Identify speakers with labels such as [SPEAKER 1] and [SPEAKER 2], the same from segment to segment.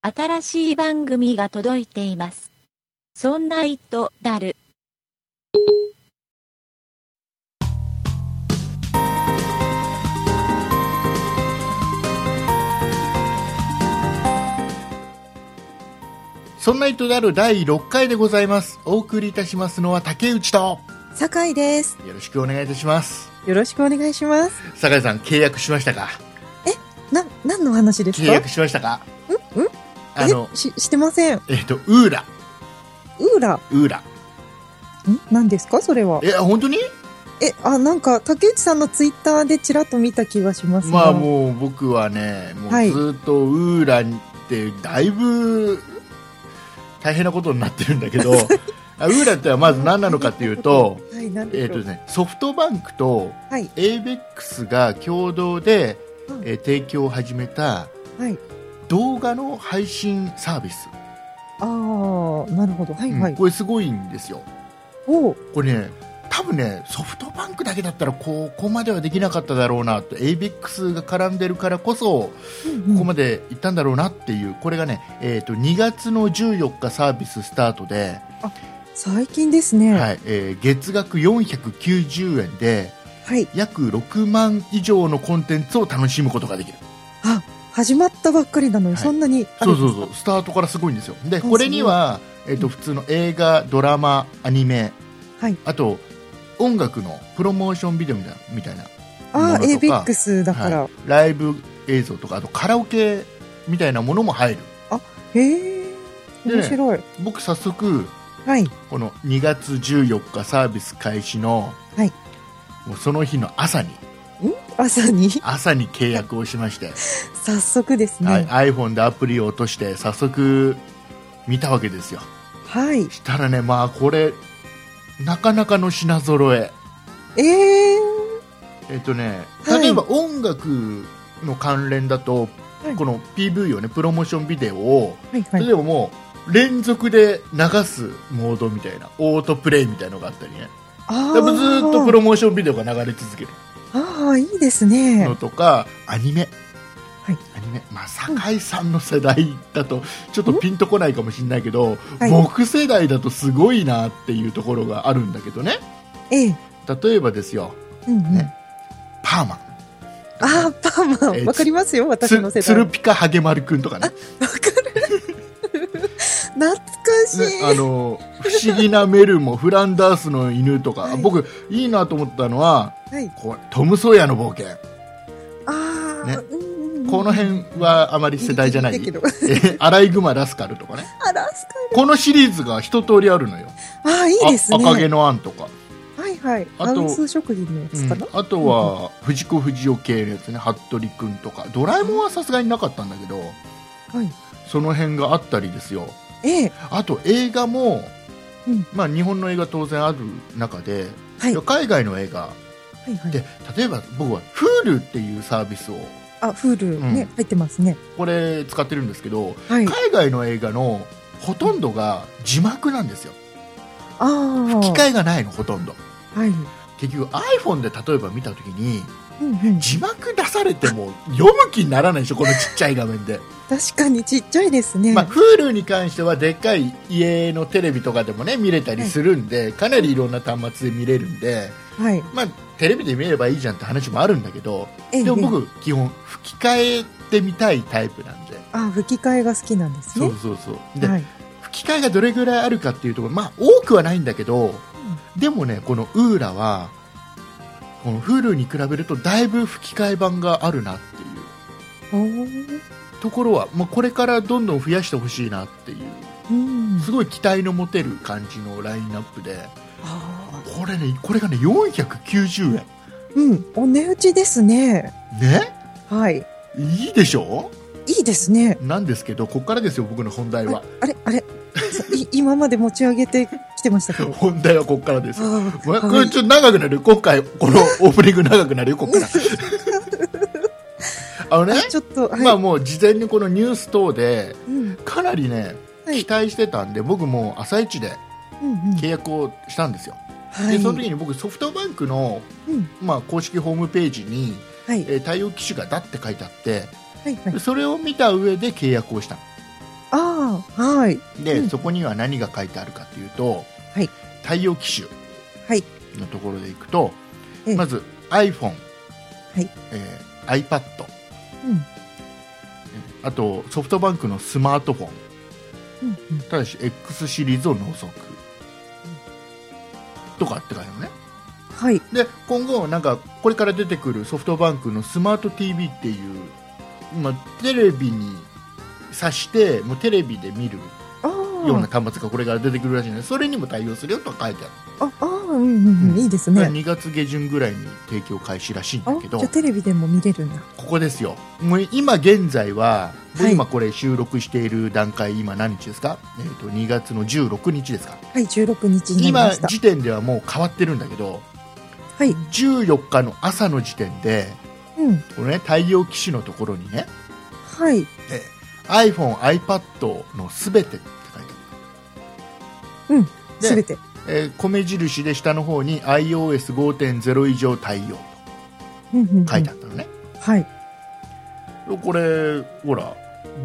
[SPEAKER 1] 新しい番組が届いています。そんな糸だる。
[SPEAKER 2] そんな糸である第6回でございます。お送りいたしますのは竹内と、
[SPEAKER 3] 酒井です。
[SPEAKER 2] よろしくお願いいたします。
[SPEAKER 3] よろしくお願いします。
[SPEAKER 2] 酒井さん、契約しましたか
[SPEAKER 3] な、何の話です
[SPEAKER 2] 契
[SPEAKER 3] か
[SPEAKER 2] 約しましたか
[SPEAKER 3] んん
[SPEAKER 2] あの、
[SPEAKER 3] え、し、してません。
[SPEAKER 2] えっ、と、ウーラ、
[SPEAKER 3] ウーラ。ん
[SPEAKER 2] ウーラ。
[SPEAKER 3] 何ですかそれは。
[SPEAKER 2] え、本当に
[SPEAKER 3] え、あ、なんか、竹内さんのツイッターでちらっと見た気がしますが
[SPEAKER 2] まあもう僕はね、も
[SPEAKER 3] はいう
[SPEAKER 2] ずっとウーラってだいぶ大変なことになってるんだけ ど、あウーラってのはまず何なのかというと、、
[SPEAKER 3] はい、なん
[SPEAKER 2] えっ、
[SPEAKER 3] でしょ
[SPEAKER 2] と
[SPEAKER 3] う。
[SPEAKER 2] ね、ソフトバンクと
[SPEAKER 3] はい、
[SPEAKER 2] ABEX が共同で、
[SPEAKER 3] うん
[SPEAKER 2] えー提供を始めた
[SPEAKER 3] はい。
[SPEAKER 2] 動画の配信サービス、
[SPEAKER 3] あー、なるほど。はい、は
[SPEAKER 2] うん
[SPEAKER 3] い。
[SPEAKER 2] これすごいんですよ
[SPEAKER 3] おう
[SPEAKER 2] これね多分ねソフトバンクだけだったらここまではできなかっただろうなと ABEX が絡んでるからこそ
[SPEAKER 3] うん
[SPEAKER 2] こ
[SPEAKER 3] うん
[SPEAKER 2] こまでいったんだろうなっていうこれがね、えー、と2月の14日サービススタートで、
[SPEAKER 3] 最近ですね。はい。
[SPEAKER 2] はいえー月額490円で約6万以上のコンテンツを楽しむことができる
[SPEAKER 3] あ、始まったばっかりなのに、
[SPEAKER 2] はい
[SPEAKER 3] そんなにあ
[SPEAKER 2] そ
[SPEAKER 3] れ
[SPEAKER 2] う
[SPEAKER 3] です
[SPEAKER 2] そ
[SPEAKER 3] か。
[SPEAKER 2] うそうスタートからすごいんですよで
[SPEAKER 3] ごい
[SPEAKER 2] これには、えー、と普通の映画ドラマアニメ、
[SPEAKER 3] はい
[SPEAKER 2] あと音楽のプロモーションビデオみたいなみたいな
[SPEAKER 3] あ
[SPEAKER 2] もの
[SPEAKER 3] ー、
[SPEAKER 2] とか
[SPEAKER 3] ABEX だから。
[SPEAKER 2] ライブ映像とかあとカラオケみたいなものも入る
[SPEAKER 3] へえ。
[SPEAKER 2] で
[SPEAKER 3] 面白い。
[SPEAKER 2] 僕早速
[SPEAKER 3] はい。
[SPEAKER 2] この2月14日サービス開始の、
[SPEAKER 3] はい
[SPEAKER 2] もうその日の朝に
[SPEAKER 3] 朝に、
[SPEAKER 2] 朝に契約をしまして、
[SPEAKER 3] 早速です
[SPEAKER 2] はい
[SPEAKER 3] ね。
[SPEAKER 2] iPhone でアプリを落として早速見たわけですよ
[SPEAKER 3] はい。
[SPEAKER 2] したらねまあこれなかなかの品揃え
[SPEAKER 3] ええ。
[SPEAKER 2] えっとね
[SPEAKER 3] はい
[SPEAKER 2] 例えば音楽の関連だと、
[SPEAKER 3] はい
[SPEAKER 2] この PV をねプロモーションビデオを
[SPEAKER 3] はい、はい
[SPEAKER 2] 例。えばもう連続で流すモードみたいなオートプレイみたいのがあったりね
[SPEAKER 3] あ
[SPEAKER 2] でもずーっとプ
[SPEAKER 3] ロ
[SPEAKER 2] ロモーションビデオが流れ続ける
[SPEAKER 3] ああいいですね
[SPEAKER 2] のとかアニメ、
[SPEAKER 3] はい
[SPEAKER 2] アニメまあ酒井さんの世代だとちょっとピンとこないかもしれないけど、
[SPEAKER 3] はい
[SPEAKER 2] 僕世代だとすごいなっていうところがあるんだけどね
[SPEAKER 3] ええ
[SPEAKER 2] 例えばですよ
[SPEAKER 3] うんうん、
[SPEAKER 2] ねパーマン
[SPEAKER 3] ああパーマ
[SPEAKER 2] えー
[SPEAKER 3] ンわかりますよ私の世
[SPEAKER 2] つ
[SPEAKER 3] 代
[SPEAKER 2] 鶴
[SPEAKER 3] わか
[SPEAKER 2] ピカハゲマルくんとかね
[SPEAKER 3] る 懐かしい、
[SPEAKER 2] ねあの不思議なメルモフランダースの犬とか、
[SPEAKER 3] はい
[SPEAKER 2] 僕いいなと思ったのは
[SPEAKER 3] はい
[SPEAKER 2] こうトム・ソーヤの冒険、
[SPEAKER 3] ああ、
[SPEAKER 2] ね
[SPEAKER 3] うんうん
[SPEAKER 2] この辺はあまり世代じゃない
[SPEAKER 3] ギリギリだけ
[SPEAKER 2] えーアライグマラスカルとかね
[SPEAKER 3] どアラス
[SPEAKER 2] このシリーズが一通りあるのよ
[SPEAKER 3] カああいいですね
[SPEAKER 2] あ赤毛のアンとか、
[SPEAKER 3] はいはい
[SPEAKER 2] あと
[SPEAKER 3] ハウス食品のやつかな、
[SPEAKER 2] うんあとは藤子不二雄系のやつね服部君とかドラえもんはさすがになかったんだけど
[SPEAKER 3] はい
[SPEAKER 2] その辺があったりですよ
[SPEAKER 3] ええ
[SPEAKER 2] あと映画も、
[SPEAKER 3] うん
[SPEAKER 2] まあ、日本の映画当然ある中で、
[SPEAKER 3] はいは
[SPEAKER 2] 海外の映画
[SPEAKER 3] いはい
[SPEAKER 2] で例えば僕は Hulu っていうサービスを
[SPEAKER 3] あフールね、
[SPEAKER 2] うん
[SPEAKER 3] 入ってますね
[SPEAKER 2] これ使ってるんですけど
[SPEAKER 3] はいあ
[SPEAKER 2] 海外の映画のほとんどが字幕なんですよ
[SPEAKER 3] あー
[SPEAKER 2] 吹き替えがないのほとんど
[SPEAKER 3] はい
[SPEAKER 2] 結局 iPhone で例えば見た時に
[SPEAKER 3] うんうん
[SPEAKER 2] 字幕出されても読む気にならないでしょこのちっちゃい画面で、
[SPEAKER 3] 確かにちっちゃいですね、
[SPEAKER 2] まあ、Hulu に関してはでっかい家のテレビとかでもね見れたりするんでかなりいろんな端末で見れるんで、
[SPEAKER 3] はい
[SPEAKER 2] まあ、テレビで見ればいいじゃんって話もあるんだけど
[SPEAKER 3] ええ
[SPEAKER 2] でも
[SPEAKER 3] ええ
[SPEAKER 2] 僕基本吹き替えてみたいタイプなんで
[SPEAKER 3] あ吹き替えが好きなんです
[SPEAKER 2] そ
[SPEAKER 3] ね
[SPEAKER 2] うそうそうで、
[SPEAKER 3] はい、
[SPEAKER 2] 吹き替えがどれぐらいあるかっていうところまあ多くはないんだけどでもねこのウーラはこの Hulu に比べるとだいぶ吹き替え版があるなっていう
[SPEAKER 3] うん、おー
[SPEAKER 2] ところは、まあ、これからどんどん増やしてほしいなっていう
[SPEAKER 3] うん
[SPEAKER 2] すごい期待の持てる感じのラインナップで
[SPEAKER 3] あ
[SPEAKER 2] これねこれがね490円
[SPEAKER 3] ーうんお値打ちですね
[SPEAKER 2] ね
[SPEAKER 3] はい
[SPEAKER 2] いいでしょ
[SPEAKER 3] いいですね
[SPEAKER 2] なんですけどここからですよ僕の本題
[SPEAKER 3] あ
[SPEAKER 2] は
[SPEAKER 3] れあれあれ さい今まで持ち上げてきてましたけ ど
[SPEAKER 2] 本題はここからですよ
[SPEAKER 3] あー
[SPEAKER 2] これこ
[SPEAKER 3] は
[SPEAKER 2] れ
[SPEAKER 3] い
[SPEAKER 2] ちょっと長くなるよ今回このオープニング長くなるよここから あのね
[SPEAKER 3] あちょっと、はい
[SPEAKER 2] まあもう事前にこのニュース等で
[SPEAKER 3] うん
[SPEAKER 2] かなりね
[SPEAKER 3] はい
[SPEAKER 2] 期待してたんで僕もう朝一で
[SPEAKER 3] うんうん
[SPEAKER 2] 契約をしたんですよ
[SPEAKER 3] は
[SPEAKER 2] で
[SPEAKER 3] い
[SPEAKER 2] その時に僕ソフトバンクの
[SPEAKER 3] うん
[SPEAKER 2] まあ、公式ホームページに、
[SPEAKER 3] はい
[SPEAKER 2] えー対応機種がだって書いてあって
[SPEAKER 3] はいはい
[SPEAKER 2] それを見た上で契約をしたの
[SPEAKER 3] ああ、はい。
[SPEAKER 2] で、
[SPEAKER 3] うん
[SPEAKER 2] そこには何が書いてあるかというと、
[SPEAKER 3] はい
[SPEAKER 2] 太陽機
[SPEAKER 3] はい。
[SPEAKER 2] 種のところでいくと、
[SPEAKER 3] ええ
[SPEAKER 2] まず iPhone、
[SPEAKER 3] はい
[SPEAKER 2] えー iPad
[SPEAKER 3] うん。
[SPEAKER 2] あとソフトバンクのスマートフォン
[SPEAKER 3] うん。うん
[SPEAKER 2] ただし X シリーズを除くとかって書いてあるのね
[SPEAKER 3] はい。
[SPEAKER 2] で今後なんかこれから出てくるソフトバンクのスマート TV っていう、まあ、テレビに挿してもうテレビで見る
[SPEAKER 3] ああ。
[SPEAKER 2] ような端末がこれから出てくるらしいのでそれにも対応するよと書いてある
[SPEAKER 3] ああー、うんうん
[SPEAKER 2] う
[SPEAKER 3] うんん。いいです
[SPEAKER 2] だから
[SPEAKER 3] ね。
[SPEAKER 2] 2月下旬ぐらいに提供開始らしいんだ
[SPEAKER 3] あ
[SPEAKER 2] け
[SPEAKER 3] じゃ
[SPEAKER 2] ど
[SPEAKER 3] あテレビでも見れるんだ。
[SPEAKER 2] ここですよもう今現在は、僕
[SPEAKER 3] はい
[SPEAKER 2] 今これ収録している段階今何日ですか、えー、と2月の16日ですか
[SPEAKER 3] はい、16日になり
[SPEAKER 2] 今
[SPEAKER 3] ました。
[SPEAKER 2] 時点ではもう変わってるんだけど
[SPEAKER 3] はい。
[SPEAKER 2] 14日の朝の時点で
[SPEAKER 3] うん。
[SPEAKER 2] このね太陽機種のところにね
[SPEAKER 3] はい。
[SPEAKER 2] えー iPhoneiPad のすべてって書いてです
[SPEAKER 3] べて。
[SPEAKER 2] ある、えー米印で下の方に iOS5.0 以上対応
[SPEAKER 3] うんうんうん
[SPEAKER 2] と書いてあったのね、
[SPEAKER 3] はい。
[SPEAKER 2] これほら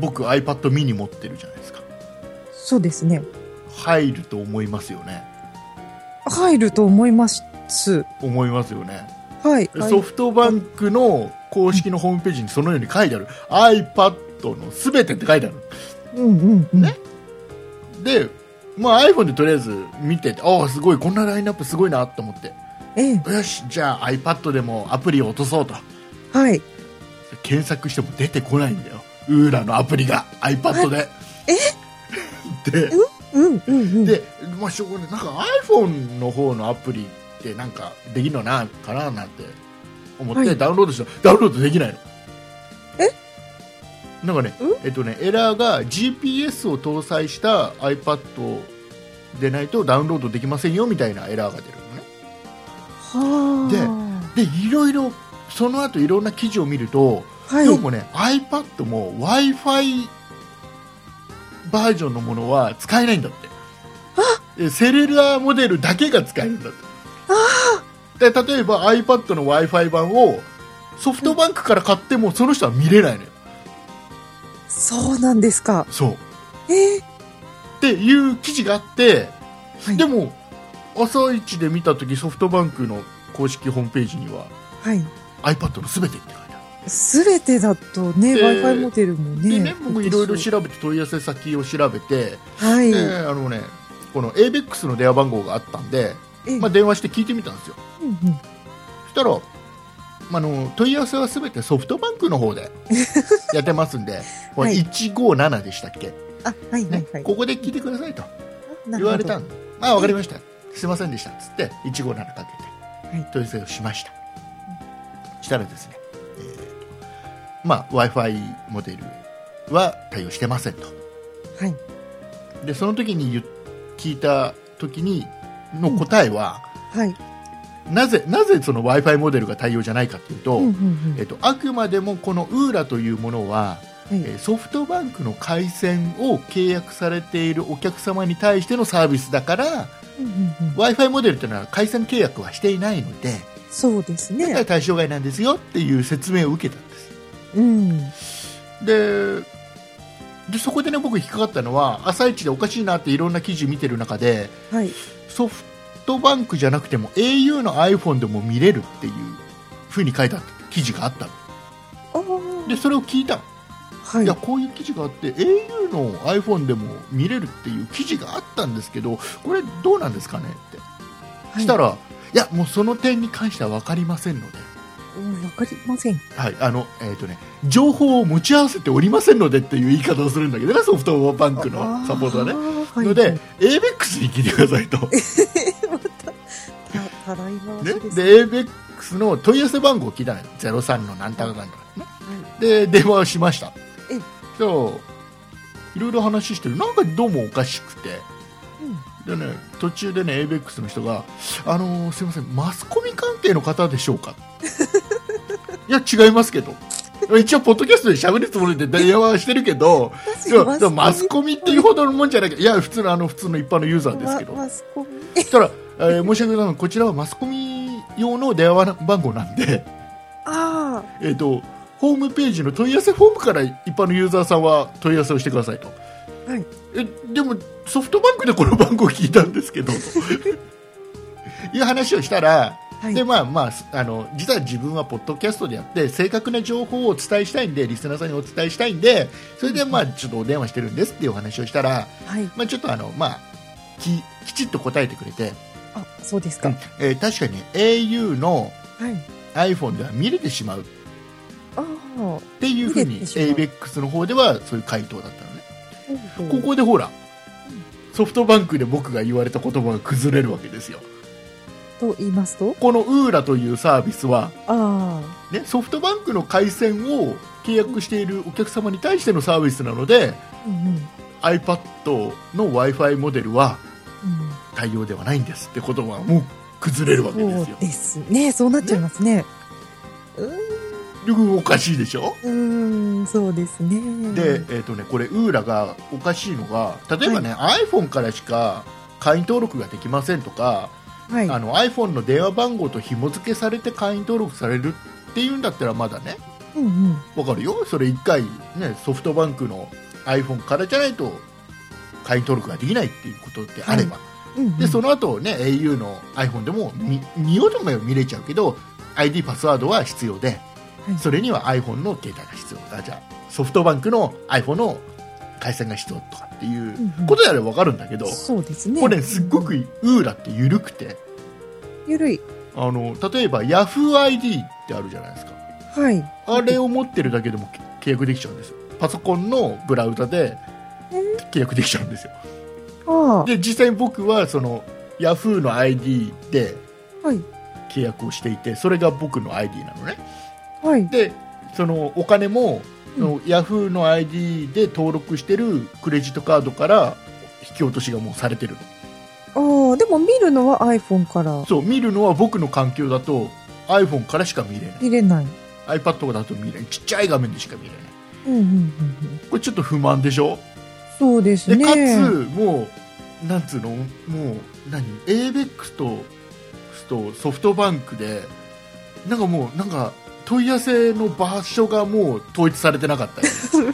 [SPEAKER 2] 僕 iPad mini 持ってるじゃないですか
[SPEAKER 3] そうですね。
[SPEAKER 2] 入ると思いますよね
[SPEAKER 3] 入ると思います。
[SPEAKER 2] 思いますよね
[SPEAKER 3] はい。
[SPEAKER 2] ソフトバンクの公式のホームページにそのように書いてある iPad のすべてって書いてある
[SPEAKER 3] うんうんうん。
[SPEAKER 2] ねで、まあ、iPhone でとりあえず見ててああすごいこんなラインナップすごいなと思って
[SPEAKER 3] ええ。
[SPEAKER 2] よしじゃあ iPad でもアプリを落とそうと
[SPEAKER 3] はい。
[SPEAKER 2] 検索しても出てこないんだよウーラのアプリが iPad でえ で
[SPEAKER 3] うんうんうん。
[SPEAKER 2] で、まあ、しょうがないなんか iPhone の方のアプリってなんかできるのなかななんて思って、
[SPEAKER 3] はい
[SPEAKER 2] ダウンロードしたらダウンロードできないのなんかね
[SPEAKER 3] ん
[SPEAKER 2] えっとねエラーが GPS を搭載した iPad でないとダウンロードできませんよみたいなエラーが出るのね
[SPEAKER 3] は
[SPEAKER 2] でいろいろその後いろんな記事を見ると、
[SPEAKER 3] あ。はい
[SPEAKER 2] どう。もね iPad も w i f i バージョンのものは使えないんだってえセルラーモデルだけが使えるんだってで例えば iPad の w i f i 版をソフトバンクから買ってもその人は見れないのよ、
[SPEAKER 3] そうなんですか。
[SPEAKER 2] そうっ
[SPEAKER 3] ええ。
[SPEAKER 2] ていう記事があって、
[SPEAKER 3] はい
[SPEAKER 2] でも朝一で見た時ソフトバンクの公式ホームページには
[SPEAKER 3] はい。
[SPEAKER 2] iPad の全てって書いてある
[SPEAKER 3] すべてだとね、
[SPEAKER 2] で
[SPEAKER 3] Wi-Fi モデルもね。
[SPEAKER 2] でね、僕いろいろ調べて問い合わせ先を調べて、
[SPEAKER 3] はい。
[SPEAKER 2] であのね、この ABEX の電話番号があったんで、
[SPEAKER 3] ええ
[SPEAKER 2] まあ、電話して聞いてみたんですよ。
[SPEAKER 3] うんうん
[SPEAKER 2] そしたら、まああの問い合わせはすべてソフトバンクの方 でやってますんで、これ
[SPEAKER 3] はい
[SPEAKER 2] 157でしたっけ、
[SPEAKER 3] あ、はいは
[SPEAKER 2] ね
[SPEAKER 3] いはい。
[SPEAKER 2] ここで聞いてくださいと
[SPEAKER 3] なる
[SPEAKER 2] 言
[SPEAKER 3] ほど
[SPEAKER 2] われたんで、まあわかりました、すいませんでしたっつって、157かけて、
[SPEAKER 3] はい
[SPEAKER 2] 問い合わせをしました。したらですね、えーとまあ、Wi-Fi モデルは対応してませんと。
[SPEAKER 3] はい。
[SPEAKER 2] でその時に言っ聞いた時にの答えは、
[SPEAKER 3] はい。
[SPEAKER 2] なぜなぜその w i f i モデルが対応じゃないかというと、
[SPEAKER 3] うんうん
[SPEAKER 2] えっと、あくまでもこの URA というものは、
[SPEAKER 3] うんは
[SPEAKER 2] え
[SPEAKER 3] い
[SPEAKER 2] ーソフトバンクの回線を契約されているお客様に対してのサービスだから
[SPEAKER 3] うんうんうん
[SPEAKER 2] w i f i モデルというのは回線契約はしていないので
[SPEAKER 3] そうです
[SPEAKER 2] だから
[SPEAKER 3] ね。
[SPEAKER 2] 対象外なんですよっていう説明を受けたんです
[SPEAKER 3] うん。
[SPEAKER 2] ででそこでね僕引っかかったのは朝一でおかしいなっていろんな記事見てる中で
[SPEAKER 3] はい。
[SPEAKER 2] ソフトバンクじゃなくても au の iPhone でも見れるっていうふうに書いてあった記事があったの
[SPEAKER 3] あ
[SPEAKER 2] でそれを聞いたの、、
[SPEAKER 3] あ。はいい
[SPEAKER 2] や。こういう記事があって au の iPhone でも見れるっていう記事があったんですけどこれどうなんですかねって、した
[SPEAKER 3] ら。
[SPEAKER 2] らいやもうその点に関しては分かりませんので、
[SPEAKER 3] うんわかりません。
[SPEAKER 2] はいあのえーとね、情報を持ち合わせておりませんのでっていう言い方をするんだけどねソフトバンクのサポートはね。
[SPEAKER 3] ね
[SPEAKER 2] の で、ABEX に聞いてくださいと。
[SPEAKER 3] たたらい
[SPEAKER 2] ね
[SPEAKER 3] 回しです、
[SPEAKER 2] で ABEX の問い合わせ番号を聞いたのよ03の何たかなんとかね、で電話をしました
[SPEAKER 3] え
[SPEAKER 2] そういろいろ話してるなんかどうもおかしくて
[SPEAKER 3] うん
[SPEAKER 2] でね途中でね ABEX の人が「あのーすいませんマスコミ関係の方でしょ うか? 」いや違いますけど一応ポッドキャストで喋るつもりで電話はしてるけ どいやでもマスコミっていうほどのもんじゃないけどいや普通のあの普通の一般のユーザーですけど
[SPEAKER 3] ママスコミ。
[SPEAKER 2] そしたら、えー申し訳ございません、こちらはマスコミ用の電話番号なんで、
[SPEAKER 3] あ
[SPEAKER 2] えっとホームページの問い合わせフォームから一般のユーザーさんは問い合わせをしてくださいと。
[SPEAKER 3] あ。はい
[SPEAKER 2] えでもソフトバンクでこの番号聞いたんですけ どいう話をしたら、
[SPEAKER 3] はい
[SPEAKER 2] でまあまあすあの実は自分はポッドキャストでやって正確な情報をお伝えしたいんでリスナーさんにお伝えしたいんでそれでまあちょっとお電話してるんですっていうお話をしたら、
[SPEAKER 3] はい
[SPEAKER 2] まあ、ちょっとあのまあききちっと答えてくれて、
[SPEAKER 3] あそうですか、
[SPEAKER 2] えー確かに au の
[SPEAKER 3] はい
[SPEAKER 2] iPhone では見れてしまうっ
[SPEAKER 3] ああ
[SPEAKER 2] ていうふう
[SPEAKER 3] 見
[SPEAKER 2] に
[SPEAKER 3] れてしまう
[SPEAKER 2] ABEX の方ではそういう回答だったのねこ
[SPEAKER 3] こ
[SPEAKER 2] こでほらソフトバンクで僕が言われた言葉が崩れるわけですよ
[SPEAKER 3] こと言いますと
[SPEAKER 2] このウーラというサービスは、
[SPEAKER 3] あ
[SPEAKER 2] ね、ソフトバンクの回線を契約しているお客様に対してのサービスなので
[SPEAKER 3] あうんうん
[SPEAKER 2] iPad の w i f i モデルは
[SPEAKER 3] うん
[SPEAKER 2] 対応ではないんですってことはもう崩れるわけです
[SPEAKER 3] そう
[SPEAKER 2] よ
[SPEAKER 3] ですね。そうなっちゃいますね。
[SPEAKER 2] よくおかしいでしょ
[SPEAKER 3] うーん、うーん、そうですね。
[SPEAKER 2] で、えーとね、これウーラがおかしいのが例えばね、iPhone からしか会員登録ができませんとか、
[SPEAKER 3] はい。
[SPEAKER 2] あの iPhone の電話番号と紐付けされて会員登録されるっていうんだったらまだね
[SPEAKER 3] うんうん。
[SPEAKER 2] わかるよそれ1回、ね、ソフトバンクの iPhone からじゃないと会員登録ができないっていうことってあれば、
[SPEAKER 3] うんうん、
[SPEAKER 2] でその後ね au の iPhone でも見見ようとも見れちゃうけど ID パスワードは必要で、
[SPEAKER 3] はい
[SPEAKER 2] それには iPhone の携帯が必要だじゃあソフトバンクの iPhone の回線が必要とかってい
[SPEAKER 3] んう
[SPEAKER 2] うんことであればわかるんだけど、
[SPEAKER 3] そうですね。
[SPEAKER 2] これすっごく
[SPEAKER 3] うん
[SPEAKER 2] ウーラって緩くて
[SPEAKER 3] ゆるい。
[SPEAKER 2] あの例えば YahooID ってあるじゃないですか
[SPEAKER 3] はい。
[SPEAKER 2] あれを持ってるだけでも契約できちゃうんですよパソコンのブラウザで契約できちゃうんですよ
[SPEAKER 3] あ
[SPEAKER 2] で実際に僕はその Yahoo の ID で
[SPEAKER 3] あ。はい。
[SPEAKER 2] 契約をしていてそれが僕の ID なのね
[SPEAKER 3] はい。
[SPEAKER 2] でそのお金も、
[SPEAKER 3] うん
[SPEAKER 2] その Yahoo の ID で登録してるクレジットカードから引き落としがもうされてる
[SPEAKER 3] ああ、でも見るのは iPhone から
[SPEAKER 2] そう見るのは僕の環境だと iPhone からしか見れな
[SPEAKER 3] 見れない。
[SPEAKER 2] い iPad だと見れないちっちゃい画面でしか見れない
[SPEAKER 3] うんうんうんうん。
[SPEAKER 2] これちょっと不満でしょ
[SPEAKER 3] そうです
[SPEAKER 2] で
[SPEAKER 3] ね。
[SPEAKER 2] かつもうなんつうのもう何 ABEX ととソフトバンクでなんかもうなんか問い合わせの場所がもう統一されてなかったよ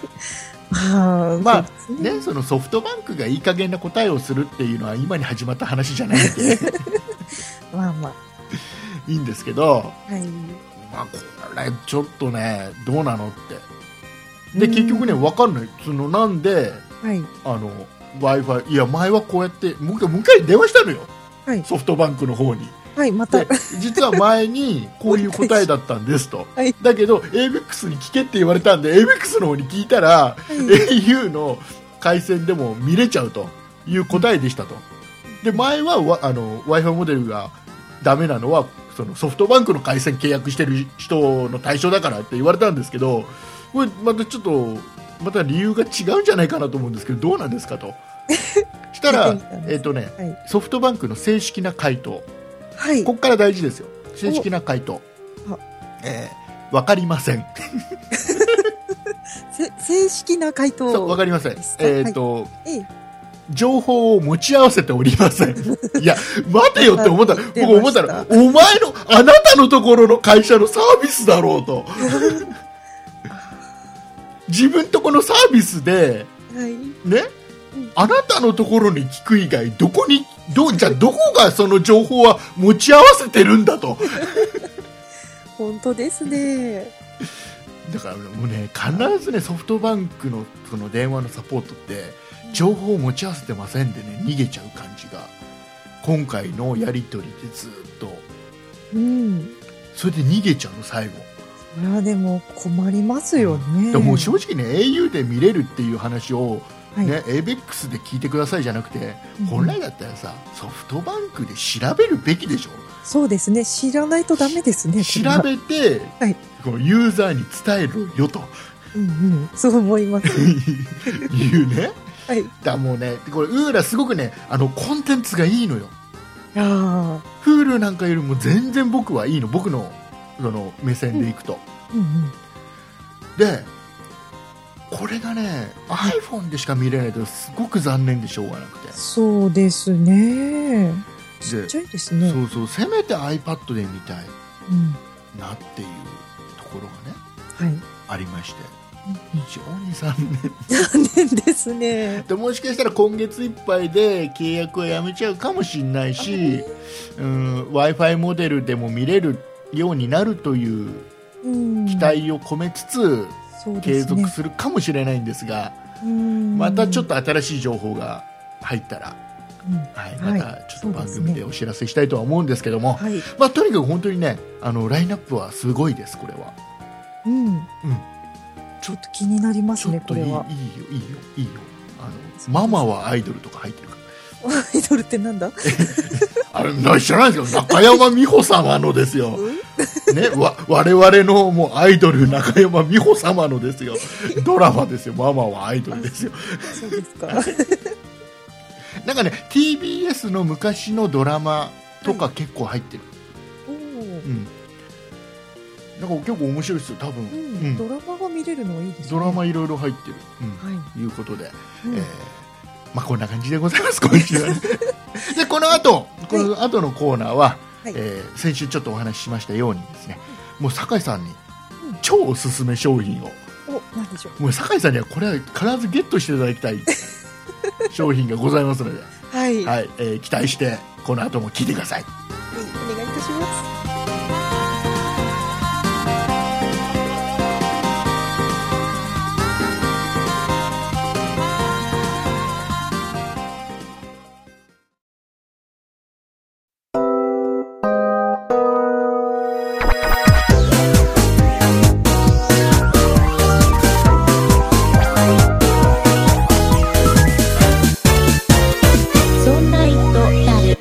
[SPEAKER 3] ああ、
[SPEAKER 2] まあ
[SPEAKER 3] そうです
[SPEAKER 2] ねねそのソフトバンクがいい加減な答えをするっていうのは今に始まった話じゃないんで
[SPEAKER 3] まあま
[SPEAKER 2] いいんですけど、
[SPEAKER 3] あ。はい。
[SPEAKER 2] まあ、これちょっとねどうなのってで結局ね分かんないそのなんで
[SPEAKER 3] はい。
[SPEAKER 2] あの w i f i いや前はこうやってもう一回もう一回電話したのよ
[SPEAKER 3] はい。
[SPEAKER 2] ソフトバンクの方に
[SPEAKER 3] はい、また
[SPEAKER 2] で。実は前にこういう答えだったんですと、
[SPEAKER 3] はい
[SPEAKER 2] だけど ABEX に聞けって言われたんで ABEX の方に聞いたら
[SPEAKER 3] はい。
[SPEAKER 2] au の回線でも見れちゃうという答えでしたとで前はわあの w i f i モデルがダメなのはそのソフトバンクの回線契約してる人の対象だからって言われたんですけどこれまたちょっとまた理由が違うんじゃないかなと思うんですけどどうなんですかとしたら
[SPEAKER 3] 聞いてみたんです
[SPEAKER 2] えっ、とね、
[SPEAKER 3] はい
[SPEAKER 2] ソフトバンクの正式な回答
[SPEAKER 3] はい。
[SPEAKER 2] ここから大事ですよ正式な回答
[SPEAKER 3] おあ、
[SPEAKER 2] えー、わかりません
[SPEAKER 3] せ正式な回答。
[SPEAKER 2] そうわかりません
[SPEAKER 3] ですか
[SPEAKER 2] えっ、と、
[SPEAKER 3] ええ
[SPEAKER 2] 情報を持ち合わせておりま せんいや待てよって思った
[SPEAKER 3] 言ってま
[SPEAKER 2] 僕思っ
[SPEAKER 3] したた
[SPEAKER 2] らお前のあなたのところの会社のサービスだろうと自分とこのサービスで
[SPEAKER 3] はい。
[SPEAKER 2] ねあなたのところに聞く以外どこにどうじゃあどこがその情報は持ち合わせてるんだと
[SPEAKER 3] 本当ですね。
[SPEAKER 2] だからもうね必ずねソフトバンクのその電話のサポートって情報を持ち合わせてませんでね逃げちゃう感じが今回のやり取りでずっと
[SPEAKER 3] うん。
[SPEAKER 2] それで逃げちゃうの最後、
[SPEAKER 3] それはでも困りますよね。
[SPEAKER 2] でももう正直ね au で見れるっていう話を、
[SPEAKER 3] はい
[SPEAKER 2] ね ABEX で聞いてくださいじゃなくて
[SPEAKER 3] うん
[SPEAKER 2] 本来だったらさソフトバンクで調べるべきでしょ
[SPEAKER 3] そうですね。知らないとダメですね。
[SPEAKER 2] 調
[SPEAKER 3] これは、
[SPEAKER 2] べて、
[SPEAKER 3] はい
[SPEAKER 2] このユーザーに伝えろよと
[SPEAKER 3] うんうん、そう思い ます。
[SPEAKER 2] いうね
[SPEAKER 3] は
[SPEAKER 2] だ
[SPEAKER 3] い。
[SPEAKER 2] からもうねこれウーラすごくねあのコンテンツがいいのよ
[SPEAKER 3] あ
[SPEAKER 2] Hulu なんかよりも全然僕はいいの僕のその目線でいくと、
[SPEAKER 3] あ、うんうん。
[SPEAKER 2] でこれがね iPhone でしか見れないとすごく残念でしょうがなくて
[SPEAKER 3] そうですね。
[SPEAKER 2] で
[SPEAKER 3] ちっちゃいですね。
[SPEAKER 2] そうそうせめて iPad で見たい
[SPEAKER 3] うん。
[SPEAKER 2] なっていうところがね
[SPEAKER 3] はい。
[SPEAKER 2] ありまして非常に残念
[SPEAKER 3] 残念ですね。
[SPEAKER 2] でもしかしたら今月いっぱいで契約をやめちゃうかもしれないし、うん、w i f i モデルでも見れるようになるという
[SPEAKER 3] うん。
[SPEAKER 2] 期待を込めつつ
[SPEAKER 3] そうで
[SPEAKER 2] 継
[SPEAKER 3] すね
[SPEAKER 2] 続するかもしれないんですが、
[SPEAKER 3] うん
[SPEAKER 2] またちょっと新しい情報が入ったら、
[SPEAKER 3] うん
[SPEAKER 2] はい、
[SPEAKER 3] は
[SPEAKER 2] ま
[SPEAKER 3] い
[SPEAKER 2] たちょっと番組
[SPEAKER 3] そうですね
[SPEAKER 2] でお知らせしたいとは思うんですけども、
[SPEAKER 3] はい。
[SPEAKER 2] まあ、とにかく本当にねあのラインナップはすごいですこれは
[SPEAKER 3] うん。
[SPEAKER 2] ち
[SPEAKER 3] ち
[SPEAKER 2] ょ
[SPEAKER 3] ょ
[SPEAKER 2] っ
[SPEAKER 3] っと気になりま
[SPEAKER 2] ち
[SPEAKER 3] す
[SPEAKER 2] ょ
[SPEAKER 3] ね、
[SPEAKER 2] っ
[SPEAKER 3] こと
[SPEAKER 2] いい
[SPEAKER 3] れ
[SPEAKER 2] いいよ
[SPEAKER 3] は。
[SPEAKER 2] い いよいいよあのママはアイドルとか入ってるから。
[SPEAKER 3] アイドルってなんだ
[SPEAKER 2] あれ、な知らないですよ。中山美穂様のですよ。ね、わ、我々のもうアイドル中山美穂様のですよ。ドラマですよ。ママはアイドルですよ。
[SPEAKER 3] そうです か。
[SPEAKER 2] なんかね、TBS の昔のドラマとか結構入ってる。
[SPEAKER 3] おー
[SPEAKER 2] うん。なんか結構面白いですよ、多分。
[SPEAKER 3] う。
[SPEAKER 2] うんん
[SPEAKER 3] ドラマが見れるのはいいですね。
[SPEAKER 2] ドラマいろいろ入ってる。うん。
[SPEAKER 3] はい。
[SPEAKER 2] いうことで、
[SPEAKER 3] うん
[SPEAKER 2] えーまあこんな感じでございます、今週 はね。で、この後、この後のコーナーは、
[SPEAKER 3] はい
[SPEAKER 2] えー先週ちょっとお話ししましたようにですね、もう酒井さんに超おすすめ商品を、
[SPEAKER 3] お、なんでしょう。
[SPEAKER 2] もう酒井さんにはこれは必ずゲットしていただき たい商品がございますので、
[SPEAKER 3] はい。
[SPEAKER 2] はいえー期待して、この後も聞いてください。
[SPEAKER 3] お願いいたしま
[SPEAKER 1] そんな糸だる。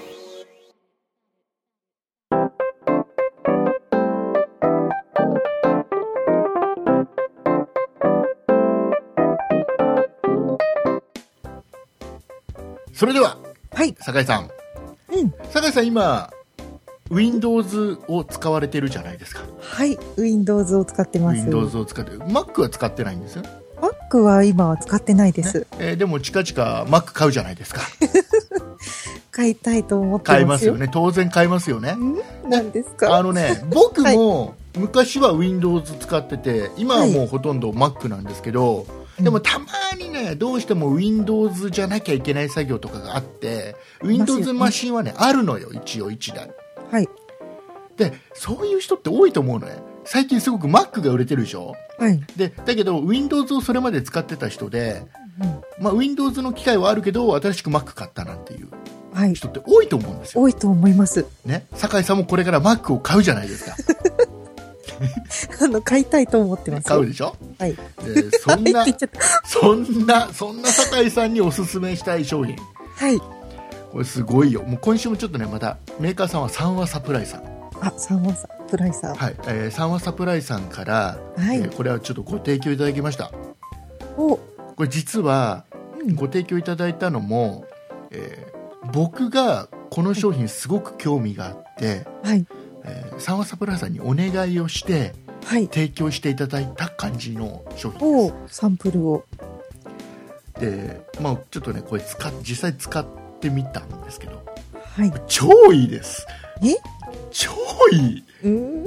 [SPEAKER 2] それでは、
[SPEAKER 3] す。はい。
[SPEAKER 2] 酒井さん。
[SPEAKER 3] うん。
[SPEAKER 2] 酒井さん、今、Windows を使われてるじゃないですか。
[SPEAKER 3] はい。Windows を使ってます。
[SPEAKER 2] Windows を使ってる。Mac は使ってないんですよ。
[SPEAKER 3] Mac は今は使ってないです。
[SPEAKER 2] えーでも近々 Mac 買うじゃないですか
[SPEAKER 3] 買いたいと思ってます
[SPEAKER 2] 買
[SPEAKER 3] よ。
[SPEAKER 2] いますよね当然買いますよね
[SPEAKER 3] ん。なんですか
[SPEAKER 2] あのね僕も昔 は Windows 使ってて今はもうほとんど Mac なんですけど、
[SPEAKER 3] うん
[SPEAKER 2] でもたまにねどうしても Windows じゃなきゃいけない作業とかがあって
[SPEAKER 3] ます
[SPEAKER 2] Windows
[SPEAKER 3] よね
[SPEAKER 2] マシンはねあるのよ一応一台
[SPEAKER 3] はい。
[SPEAKER 2] でそういう人って多いと思うのね最近すごく Mac が売れてるでしょ
[SPEAKER 3] はい。
[SPEAKER 2] でだけど Windows をそれまで使ってた人で、
[SPEAKER 3] うん
[SPEAKER 2] まあ、Windows の機械はあるけど新しく Mac 買ったなんていう
[SPEAKER 3] はい。
[SPEAKER 2] 人って多いと思うんですよ
[SPEAKER 3] 多いと思います。
[SPEAKER 2] ね、酒井さんもこれからマックを買うじゃないですか
[SPEAKER 3] あの、買いたいと思ってます。
[SPEAKER 2] 買うでしょ、
[SPEAKER 3] はい。
[SPEAKER 2] えーそんな
[SPEAKER 3] はいって言っちゃった
[SPEAKER 2] そんなそんな酒井さんにおすすめしたい商品
[SPEAKER 3] はい。
[SPEAKER 2] これすごいよもう今週もちょっとねまたメーカーさんは三和サプライさん、
[SPEAKER 3] あ、サーモンさん、プライサー。
[SPEAKER 2] はいえー、三和サプライさんから、
[SPEAKER 3] はい
[SPEAKER 2] えーこれはちょっとご提供いただきました
[SPEAKER 3] お、
[SPEAKER 2] これ実は
[SPEAKER 3] うん
[SPEAKER 2] ご提供いただいたのも、えー僕がこの商品すごく興味があって、
[SPEAKER 3] はい。
[SPEAKER 2] えー、三和サプライさんにお願いをして
[SPEAKER 3] はい。
[SPEAKER 2] 提供していただいた感じの商品です
[SPEAKER 3] お、サンプルを。
[SPEAKER 2] で、まあ、ちょっとねこれ使っ実際使ってみたんですけど
[SPEAKER 3] はい。
[SPEAKER 2] 超いいです
[SPEAKER 3] え
[SPEAKER 2] 超いいう
[SPEAKER 3] ーん。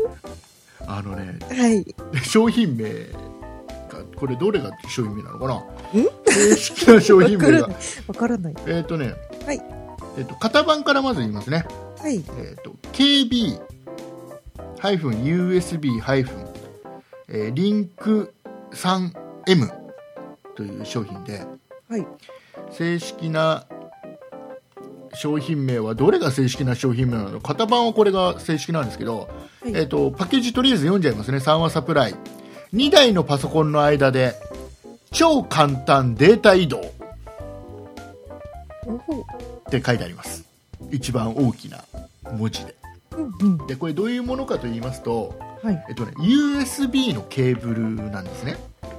[SPEAKER 2] あのね
[SPEAKER 3] はい。
[SPEAKER 2] 商品名がこれどれが商品名なのかな正式な商品名が
[SPEAKER 3] わかわからない。
[SPEAKER 2] えっ、とね、
[SPEAKER 3] はい
[SPEAKER 2] えっと型番からまず言いますね、
[SPEAKER 3] はい。
[SPEAKER 2] えっと KB-USB- えーリンク 3M という商品で、
[SPEAKER 3] はい。
[SPEAKER 2] 正式な商品名はどれが正式な商品名なのか型番はこれが正式なんですけど、
[SPEAKER 3] はい
[SPEAKER 2] えっとパッケージとりあえず読んじゃいますね3話サプライ2台のパソコンの間で超簡単データ移動っ
[SPEAKER 3] おほ
[SPEAKER 2] て書いてあります一番大きな文字で
[SPEAKER 3] うんうん。
[SPEAKER 2] でこれどういうものかと言いますと、
[SPEAKER 3] はい。
[SPEAKER 2] えっとね、USB のケーブルなんですね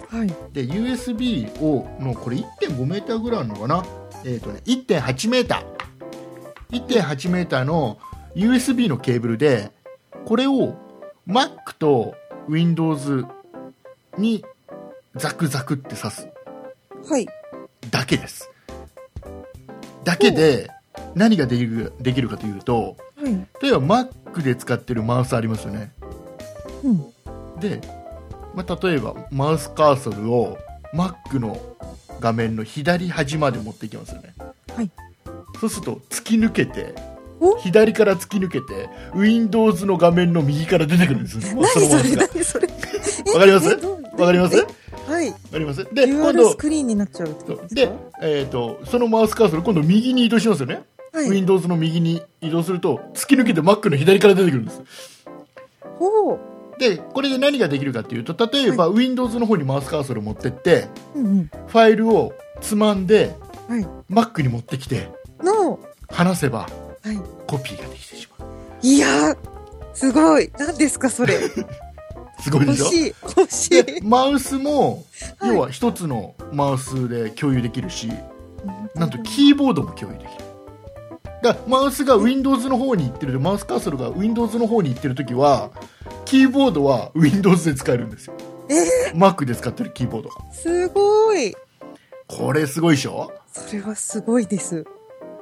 [SPEAKER 3] はい。
[SPEAKER 2] で USB をのこれ 1.5m ぐらいあるのかな、えーとね、1.8m1.8m の USB のケーブルでこれを Mac と Windows にザクザクって挿す
[SPEAKER 3] はい。
[SPEAKER 2] だけですだけで何ができるできるかというと
[SPEAKER 3] はい。
[SPEAKER 2] 例えば Mac で使ってるマウスありますよね
[SPEAKER 3] うん。
[SPEAKER 2] でまあ、例えばマウスカーソルを Mac の画面の左端まで持っていきますよね、
[SPEAKER 3] はい、
[SPEAKER 2] そうすると突き抜けて
[SPEAKER 3] お
[SPEAKER 2] 左から突き抜けて Windows の画面の右から出てくるんですよ
[SPEAKER 3] 何
[SPEAKER 2] のマ
[SPEAKER 3] そ
[SPEAKER 2] ウス
[SPEAKER 3] れ
[SPEAKER 2] が
[SPEAKER 3] 何それえ
[SPEAKER 2] わかります
[SPEAKER 3] えどう
[SPEAKER 2] わかりますわ
[SPEAKER 3] えはい
[SPEAKER 2] かりますで
[SPEAKER 3] デュア
[SPEAKER 2] 今
[SPEAKER 3] ル
[SPEAKER 2] 度
[SPEAKER 3] スクリーンになっちゃうってこ
[SPEAKER 2] そ
[SPEAKER 3] と
[SPEAKER 2] う
[SPEAKER 3] すか
[SPEAKER 2] で、えー、とそのマウスカーソル今度右に移動しますよね、
[SPEAKER 3] はい、
[SPEAKER 2] Windows の右に移動すると突き抜けて Mac の左から出てくるんです
[SPEAKER 3] ほう、
[SPEAKER 2] でこれで何ができるかっていうと例えば Windows の方にマウスカーソルを持ってって
[SPEAKER 3] うんうん、
[SPEAKER 2] ファイルをつまんで
[SPEAKER 3] はい
[SPEAKER 2] Mac に持ってきて
[SPEAKER 3] の、
[SPEAKER 2] 話せば
[SPEAKER 3] は
[SPEAKER 2] コピーができてしまう
[SPEAKER 3] い、いやーすごい何ですかそ れ
[SPEAKER 2] すごいで
[SPEAKER 3] 欲
[SPEAKER 2] しょ
[SPEAKER 3] しい欲しい
[SPEAKER 2] でマウスも
[SPEAKER 3] はい
[SPEAKER 2] 要は一つのマウスで共有できるし、なんと
[SPEAKER 3] う
[SPEAKER 2] キーボードも共有できるだからマウスが Windows の方に行ってるとマウスカーソルが Windows の方に行ってる時はキーボードは Windows で使えるんですよ、Mac で使ってるキーボード
[SPEAKER 3] すごい
[SPEAKER 2] これすごいでしょ
[SPEAKER 3] それはすごいです、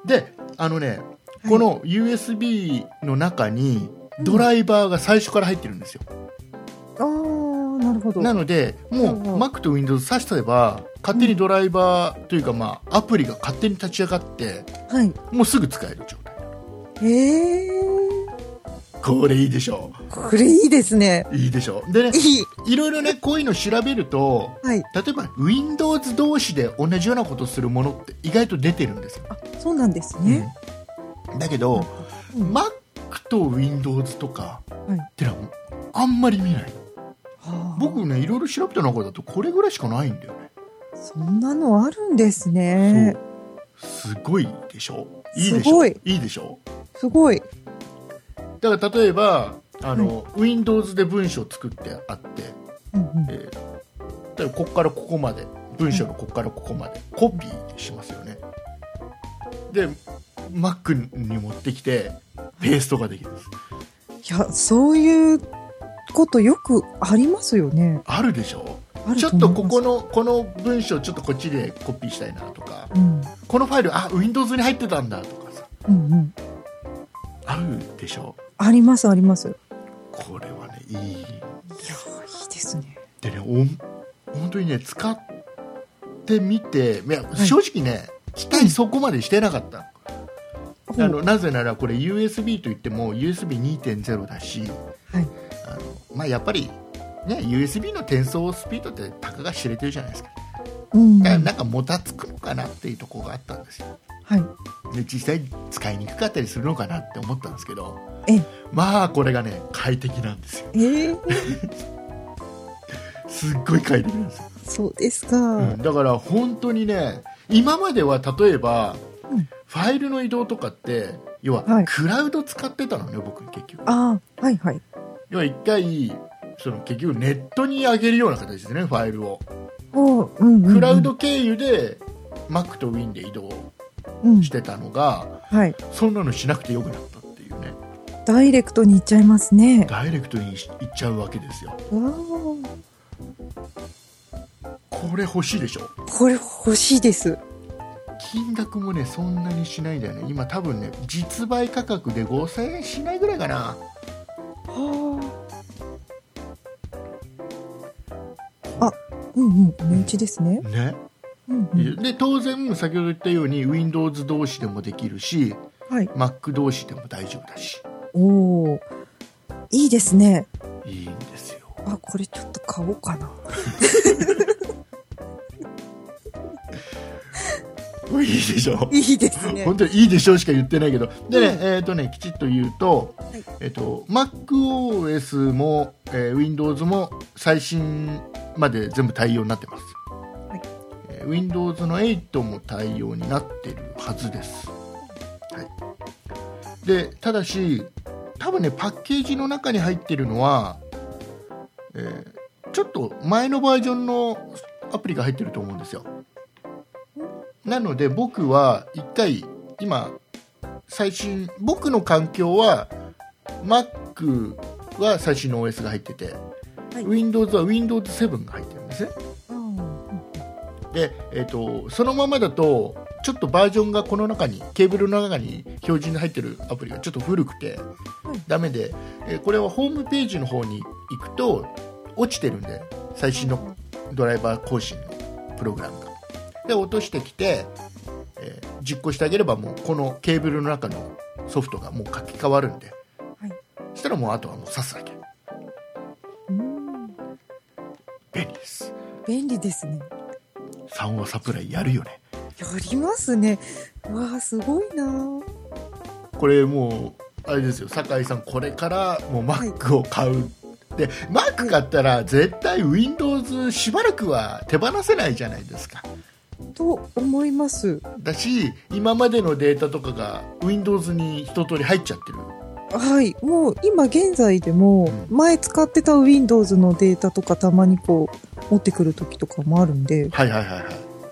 [SPEAKER 2] であのね
[SPEAKER 3] はい
[SPEAKER 2] この USB の中にドライバーが最初から入ってるんですよ、
[SPEAKER 3] あーなるほど
[SPEAKER 2] なのでもう
[SPEAKER 3] うんうん
[SPEAKER 2] Mac と Windows 挿してれば勝手にドライバーというか、まあ、アプリが勝手に立ち上がって
[SPEAKER 3] はい
[SPEAKER 2] もうすぐ使える状態
[SPEAKER 3] え
[SPEAKER 2] これいいでしょ
[SPEAKER 3] ー、これいいですね
[SPEAKER 2] いいでしょでね
[SPEAKER 3] いい
[SPEAKER 2] いろいろねこういうの調べると
[SPEAKER 3] はい
[SPEAKER 2] 例えば Windows 同士で同じようなことするものって意外と出てるんですよ、
[SPEAKER 3] あそうなんですね、
[SPEAKER 2] うんだけど、
[SPEAKER 3] うん
[SPEAKER 2] Mac と Windows とか
[SPEAKER 3] はい
[SPEAKER 2] ってのはあんまり見ない
[SPEAKER 3] はあ
[SPEAKER 2] 僕ねいろいろ調べた中だとこれぐらいしかないんだよね、
[SPEAKER 3] そんなのあるんですね
[SPEAKER 2] そうすごいでしょいいでしょ
[SPEAKER 3] すごい
[SPEAKER 2] いいでしょ
[SPEAKER 3] すごい
[SPEAKER 2] だから例えばあの、Windows で文章を作ってあって、
[SPEAKER 3] うんうん
[SPEAKER 2] えー例えばここからここまで文章のここからここまでコピーしますよねで Mac に持ってきてペーストができるんです
[SPEAKER 3] いや、そういうことよくありますよね。
[SPEAKER 2] あるでしょ
[SPEAKER 3] ある
[SPEAKER 2] ちょ
[SPEAKER 3] 思
[SPEAKER 2] っ
[SPEAKER 3] い
[SPEAKER 2] と
[SPEAKER 3] ます
[SPEAKER 2] ここ、のこの文章ちょっとこっちでコピーしたいなとか
[SPEAKER 3] うん、
[SPEAKER 2] このファイルあ Windows に入ってたんだとかさ
[SPEAKER 3] うん、うん。
[SPEAKER 2] あるでしょ
[SPEAKER 3] あります、あります。いや、
[SPEAKER 2] これはねいい
[SPEAKER 3] いいですね。
[SPEAKER 2] でねお本当にね使ってみていや
[SPEAKER 3] い
[SPEAKER 2] 正直ね、期待そこまでしてなかった、あのなぜならこれ USB といっても USB2.0 だし
[SPEAKER 3] はい。
[SPEAKER 2] あの、まあ、やっぱり、ね、USB の転送スピードってたかが知れてるじゃないですか
[SPEAKER 3] うん、
[SPEAKER 2] だから
[SPEAKER 3] は
[SPEAKER 2] なんかもたつくのかなっていうところがあったんですよ
[SPEAKER 3] い。
[SPEAKER 2] で実際使いにくかったりするのかなって思ったんですけど
[SPEAKER 3] ええ
[SPEAKER 2] まあこれがね快適なんですよ
[SPEAKER 3] えー、
[SPEAKER 2] すっごい快適なんですよ
[SPEAKER 3] そうですか。
[SPEAKER 2] うんだから本当にね今までは例えば、
[SPEAKER 3] うん
[SPEAKER 2] ファイルの移動とかって要は、
[SPEAKER 3] はい
[SPEAKER 2] クラウド使ってたのね僕結局
[SPEAKER 3] ああ、はい、はい。
[SPEAKER 2] 要は一回その結局ネットに上げるような形でねファイルを
[SPEAKER 3] おう、うん、うん。
[SPEAKER 2] クラウド経由で Mac と Win で移動
[SPEAKER 3] うん
[SPEAKER 2] し。てたのが、
[SPEAKER 3] はい。
[SPEAKER 2] そんなのしなくてよくなったっていうね
[SPEAKER 3] ダイレクトに行っちゃいますね。
[SPEAKER 2] ダイレクトに行っちゃうわけですよ
[SPEAKER 3] わあ。
[SPEAKER 2] これ欲しいでしょ
[SPEAKER 3] これ欲しいです。
[SPEAKER 2] 金額もねそんなにしないんだよね今多分ね実売価格で5000円しないぐらいかな
[SPEAKER 3] はあ。あ、うん、うん。値打ちですね。
[SPEAKER 2] ね
[SPEAKER 3] うん、うん。
[SPEAKER 2] で当然先ほど言ったように Windows 同士でもできるし
[SPEAKER 3] はい。
[SPEAKER 2] Mac 同士でも大丈夫だし
[SPEAKER 3] おお。いいですね。
[SPEAKER 2] いいんですよ
[SPEAKER 3] あ、これちょっと買おうかな。
[SPEAKER 2] いいでしょ
[SPEAKER 3] いいですね。
[SPEAKER 2] 本当にいいでしょうしか言ってないけどでね,、えーとねきちっと言うと,、
[SPEAKER 3] い
[SPEAKER 2] えー、と MacOS も、えー Windows も最新まで全部対応になってます、
[SPEAKER 3] はい
[SPEAKER 2] えー Windows の8も対応になってるはずです、はい、でただし多分ねパッケージの中に入ってるのは、えーちょっと前のバージョンのアプリが入ってると思うんですよなので僕は一回今最新僕の環境は Mac は最新の OS が入ってて、
[SPEAKER 3] い
[SPEAKER 2] Windows は Windows7 が入ってるんですね
[SPEAKER 3] うん
[SPEAKER 2] で、えー、とそのままだとちょっとバージョンがこの中にケーブルの中に標準で入ってるアプリがちょっと古くて、
[SPEAKER 3] うん
[SPEAKER 2] ダメで、えーこれはホームページの方に行くと落ちてるんで最新のドライバー更新のプログラムがで落としてきて、えー実行してあげればもうこのケーブルの中のソフトがもう書き換わるんで、
[SPEAKER 3] はい
[SPEAKER 2] そしたらもうあとはもう刺すだけ
[SPEAKER 3] うん
[SPEAKER 2] 便利です
[SPEAKER 3] 便利ですね。
[SPEAKER 2] 3話サプライやるよね
[SPEAKER 3] やりますね。うわあ、すごいなー
[SPEAKER 2] これもうあれですよ酒井さんこれからもう Mac を買う、で Mac 買ったら絶対 Windows しばらくは手放せないじゃないですか
[SPEAKER 3] と思います。
[SPEAKER 2] だし今までのデータとかが Windows に一通り入っちゃってる
[SPEAKER 3] はい。もう今現在でも、前使ってた Windows のデータとかたまにこう、持ってくる時とかもあるんで、
[SPEAKER 2] はいはいはいはい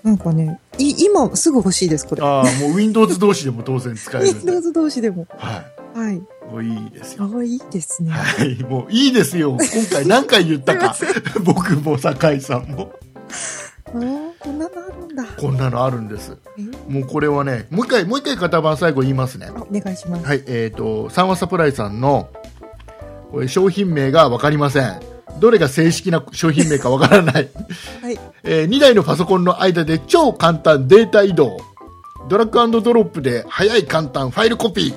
[SPEAKER 3] なんかね、い、今すぐ欲しいです、これ。
[SPEAKER 2] ああもう Windows 同士でも当然使えるんで、
[SPEAKER 3] Windows 同士でも。
[SPEAKER 2] は
[SPEAKER 3] はい。
[SPEAKER 2] い、もういいですよ
[SPEAKER 3] ああ、いいですね。
[SPEAKER 2] はいもういいですよ今回何回言った か僕も酒井さんも
[SPEAKER 3] ああ、こんなのあるんだ。
[SPEAKER 2] こんなのあるんです
[SPEAKER 3] え
[SPEAKER 2] もうこれはねもう一回もう一回型番最後言いますね
[SPEAKER 3] あお願いします。
[SPEAKER 2] はい、えっ、と、サンワサプライさんの、これ商品名がわかりません。どれが正式な商品名かわからない。
[SPEAKER 3] はい。
[SPEAKER 2] え2台のパソコンの間で超簡単データ移動。ドラッグドロップで早い簡単ファイルコピー。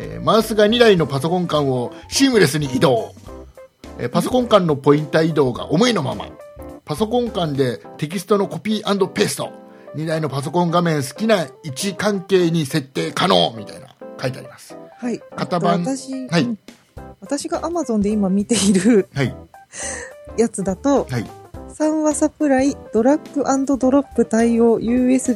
[SPEAKER 2] えーマウスが2台のパソコン間をシームレスに移動。えーパソコン間のポインター移動が思いのまま。パソコン間でテキストのコピーペースト。2台のパソコン画面好きな位置関係に設定可能。みたいな書いてあります。
[SPEAKER 3] はい。
[SPEAKER 2] 型番
[SPEAKER 3] あと私、
[SPEAKER 2] はい
[SPEAKER 3] うん私が Amazon で今見ている
[SPEAKER 2] はい。
[SPEAKER 3] やつだと、
[SPEAKER 2] はい。
[SPEAKER 3] サンワサプライドラッグドロップ対応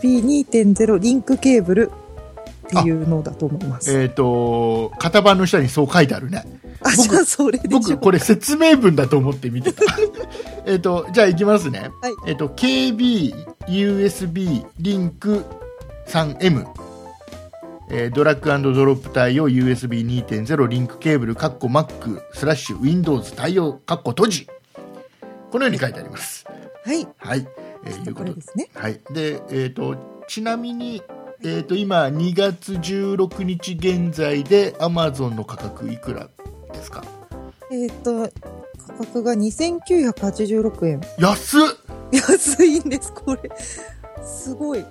[SPEAKER 3] USB2.0 リンクケーブルっていうのだと思います。
[SPEAKER 2] えっ、と、型番の下にそう書いてあるね。
[SPEAKER 3] あ、
[SPEAKER 2] 僕
[SPEAKER 3] じゃあそれでしょ
[SPEAKER 2] 僕、これ説明文だと思って見て た。えっと、じゃあ行きますね。
[SPEAKER 3] はい
[SPEAKER 2] えっ、と、KB、USB、リンク 3M。えードラッグドロップ対応 USB2.0 リンクケーブル、カッコ Mac、スラッシュ Windows 対応、カッコ閉じ。このように書いてあります。
[SPEAKER 3] はい。
[SPEAKER 2] はい。えーいう
[SPEAKER 3] こ
[SPEAKER 2] こ
[SPEAKER 3] れ
[SPEAKER 2] と
[SPEAKER 3] で
[SPEAKER 2] です
[SPEAKER 3] ね。
[SPEAKER 2] はい、で、えー、とちなみに、えー、と今2月16日現在でアマゾンの価格いくらですか
[SPEAKER 3] えっ、と、価格が2986円。
[SPEAKER 2] 安っ
[SPEAKER 3] 安いんです、これ。すごい。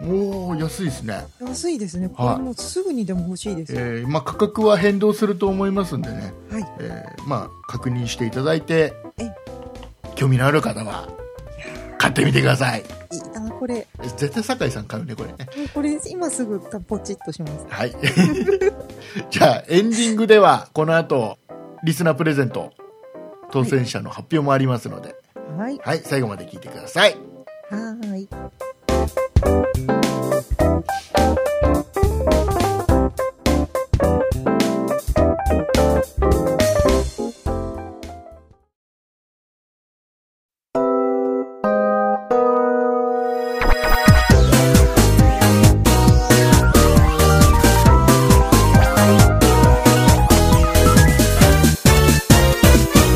[SPEAKER 2] もう安いですね、
[SPEAKER 3] 安いですね。こ
[SPEAKER 2] は
[SPEAKER 3] れ
[SPEAKER 2] い
[SPEAKER 3] もうすぐにでも欲しいです。
[SPEAKER 2] えーまあ、価格は変動すると思いますんでね、
[SPEAKER 3] はい。
[SPEAKER 2] えーまあ、確認していただいて
[SPEAKER 3] え
[SPEAKER 2] 興味のある方は買ってみてください
[SPEAKER 3] いいな、これ。
[SPEAKER 2] え絶対酒井さん買うねこれね
[SPEAKER 3] これ、今すぐポチッとします。
[SPEAKER 2] はい じゃあエンディングではこの後リスナープレゼント当選者の発表もありますので、
[SPEAKER 3] はい。
[SPEAKER 2] はい、最後まで聞いてください。
[SPEAKER 3] はーい。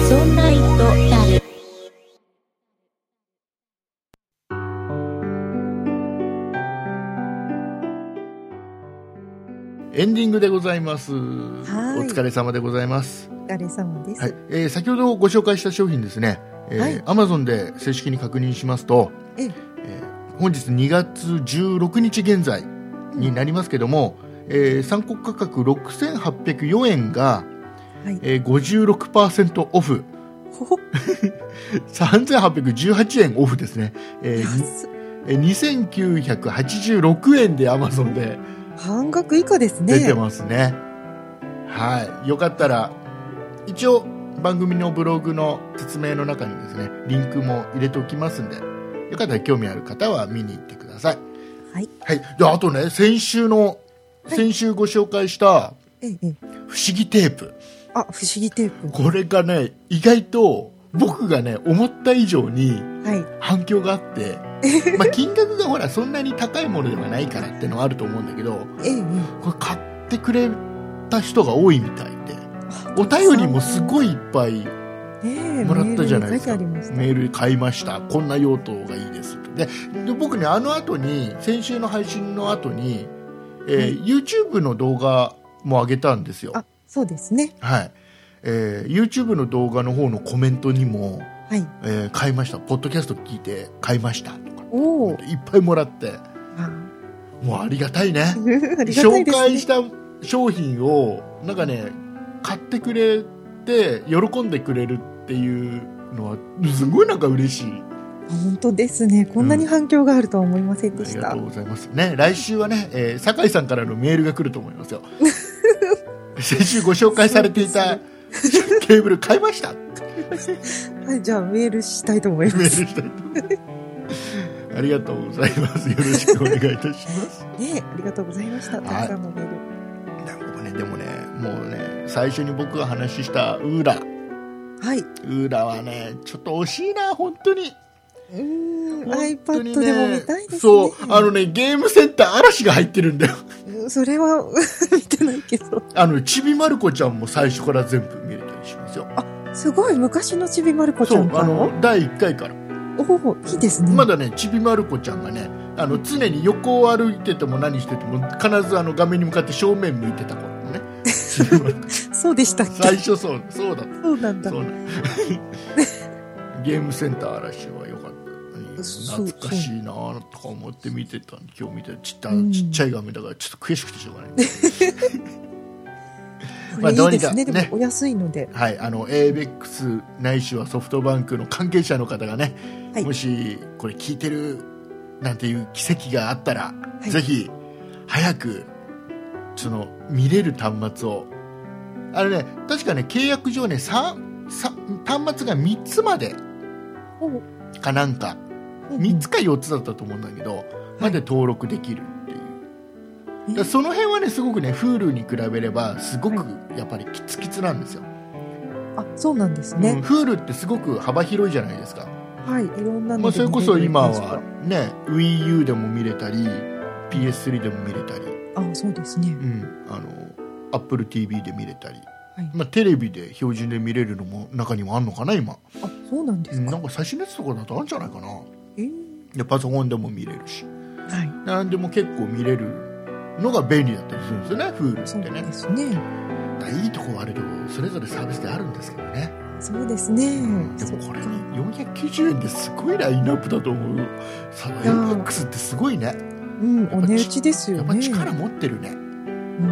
[SPEAKER 1] そんな糸だる。
[SPEAKER 2] エンディングでございます。お
[SPEAKER 3] い
[SPEAKER 2] 疲れ様でございます。
[SPEAKER 3] お疲れ様です。
[SPEAKER 2] はい、えー先ほどご紹介した商品ですね。え
[SPEAKER 3] は
[SPEAKER 2] ー
[SPEAKER 3] い
[SPEAKER 2] Amazon で正式に確認しますと、
[SPEAKER 3] ええ
[SPEAKER 2] えー本日2月16日現在になりますけども、えー参考価格6804円が、
[SPEAKER 3] はい
[SPEAKER 2] えー、56%オフ、
[SPEAKER 3] ほほ、
[SPEAKER 2] 3818円オフですね。えー
[SPEAKER 3] 安い
[SPEAKER 2] えー2986円で Amazon で
[SPEAKER 3] 半額以下ですね。
[SPEAKER 2] 出てますねはいよかったら一応番組のブログの説明の中にですねリンクも入れておきますんでよかったら興味ある方は見に行ってください
[SPEAKER 3] はい、
[SPEAKER 2] はい、であとね先週の先週ご紹介した
[SPEAKER 3] ええ。
[SPEAKER 2] 「不思議テープ
[SPEAKER 3] あ、不思議テー」プ。
[SPEAKER 2] これがね意外と僕がね思った以上に
[SPEAKER 3] はい。
[SPEAKER 2] 反響があって、まあ、金額がほらそんなに高いものではないからってのはあると思うんだけど
[SPEAKER 3] ええ。
[SPEAKER 2] これ買ってくれた人が多いみたいでお便りもすごいいっぱい
[SPEAKER 3] ええ
[SPEAKER 2] もらったじゃないですか
[SPEAKER 3] メールに書いてありま
[SPEAKER 2] メール買いましたこんな用途がいいですとでで僕ねあの後に先週の配信の後に、えー YouTube の動画も上げたんですよ
[SPEAKER 3] した。あ、そうですね。
[SPEAKER 2] はい、えー YouTube の動画の方のコメントにも
[SPEAKER 3] はい。
[SPEAKER 2] えー買いましたポッドキャスト聞いて買いましたとか
[SPEAKER 3] おお。
[SPEAKER 2] いっぱいもらって
[SPEAKER 3] あ
[SPEAKER 2] もうありがたいね
[SPEAKER 3] ありがた
[SPEAKER 2] 紹
[SPEAKER 3] いです、ね。
[SPEAKER 2] 介した商品をなんかね買ってくれて喜んでくれるっていうのはすごいなんか嬉しい
[SPEAKER 3] 本当ですね。こんなに反響があるとは思いません
[SPEAKER 2] あ
[SPEAKER 3] で
[SPEAKER 2] り
[SPEAKER 3] し
[SPEAKER 2] が
[SPEAKER 3] た。
[SPEAKER 2] とうございますね来週はね、えー酒井さんからのメールが来ると思いますよ 先週ご紹介されていたケーブル買いました
[SPEAKER 3] はい、じゃあメールしたいと思いま
[SPEAKER 2] メ
[SPEAKER 3] す。
[SPEAKER 2] ール
[SPEAKER 3] ね
[SPEAKER 2] したいと思いますありがとうございますよろしくお願いいたします
[SPEAKER 3] ありがとうございました。
[SPEAKER 2] い
[SPEAKER 3] たくさんのメー
[SPEAKER 2] なんかねでもねもうね最初に僕が話ししたウーラウ
[SPEAKER 3] ル。はい。う
[SPEAKER 2] ーラはねちょっと惜しいな本当に
[SPEAKER 3] ーん、
[SPEAKER 2] 本当に
[SPEAKER 3] iPad でも見たいですね。
[SPEAKER 2] そうあのねゲームセンター嵐が入ってるんだよ
[SPEAKER 3] うんそれは 見てないけど。
[SPEAKER 2] あのちびまる子ちゃんも最初から全部見れたりしますよ
[SPEAKER 3] すごい昔のちびまる子ち
[SPEAKER 2] そ
[SPEAKER 3] ゃ
[SPEAKER 2] うんあ
[SPEAKER 3] から。
[SPEAKER 2] の第1回から、
[SPEAKER 3] おお、いいですね。
[SPEAKER 2] まだねちびまる子ちゃんがねあの常に横を歩いてても何してても必ずあの画面に向かって正面向いてた頃の ねちびまる子
[SPEAKER 3] そうでしたっ
[SPEAKER 2] 最
[SPEAKER 3] け
[SPEAKER 2] 初そうそうだった
[SPEAKER 3] そうなんだ
[SPEAKER 2] そ。うなんゲームセンター嵐は良かった
[SPEAKER 3] そう
[SPEAKER 2] 懐かしいなとか思って見てた今日見てちっあ
[SPEAKER 3] う
[SPEAKER 2] の
[SPEAKER 3] ん
[SPEAKER 2] ちっちゃい画面だからちょっと悔しくてしょうがない
[SPEAKER 3] こ
[SPEAKER 2] まあ
[SPEAKER 3] れい
[SPEAKER 2] どう
[SPEAKER 3] い
[SPEAKER 2] に
[SPEAKER 3] で
[SPEAKER 2] か
[SPEAKER 3] すね。でも
[SPEAKER 2] ね
[SPEAKER 3] お安いので。
[SPEAKER 2] はい、あの ABEX ないしはソフトバンクの関係者の方がね、
[SPEAKER 3] はい
[SPEAKER 2] もしこれ聞いてるなんていう奇跡があったら、
[SPEAKER 3] い
[SPEAKER 2] ぜひ早くその見れる端末をあれね確かね契約上ね三三端末が3つまで
[SPEAKER 3] おう
[SPEAKER 2] かなんか
[SPEAKER 3] うんうん
[SPEAKER 2] 3つか4つだったと思うんだけど、まで登録できるっていう、だからその辺はねすごくね Hulu に比べればすごくやっぱりキツキツなんですよ
[SPEAKER 3] あ、そうなんです
[SPEAKER 2] うん
[SPEAKER 3] ね。
[SPEAKER 2] Hulu ってすごく幅広いじゃないですか、
[SPEAKER 3] はい、いろんなので
[SPEAKER 2] まあ、それこそ今
[SPEAKER 3] 見れる
[SPEAKER 2] は
[SPEAKER 3] んで
[SPEAKER 2] ね WiiU でも見れたり PS3 でも見れたり、
[SPEAKER 3] すが。あ、そうですね
[SPEAKER 2] う。ん、あの AppleTV で見れたり、
[SPEAKER 3] はい
[SPEAKER 2] まあ、テレビで標準で見れるのも中にもあんのかな今、
[SPEAKER 3] あ、そうなんで
[SPEAKER 2] う
[SPEAKER 3] す
[SPEAKER 2] んな
[SPEAKER 3] か
[SPEAKER 2] ん。か最新のやつとかだとあるんじゃないかな
[SPEAKER 3] えー
[SPEAKER 2] でパソコンでも見れるし
[SPEAKER 3] はい。
[SPEAKER 2] 何でも結構見れるのが便利だったりするんですよね Hulu
[SPEAKER 3] そう
[SPEAKER 2] ってね
[SPEAKER 3] ですね。
[SPEAKER 2] だからいいとこはあれでもそれぞれサービスであるんですけどね
[SPEAKER 3] そうですね。
[SPEAKER 2] でもこれ
[SPEAKER 3] そっか
[SPEAKER 2] 490円ですごいラインナップだと思うサのエ
[SPEAKER 3] やー
[SPEAKER 2] ックスってすごいね
[SPEAKER 3] うん、お値打ちです
[SPEAKER 2] や
[SPEAKER 3] よ
[SPEAKER 2] っぱ
[SPEAKER 3] ね。
[SPEAKER 2] 力持ってるね
[SPEAKER 3] うん、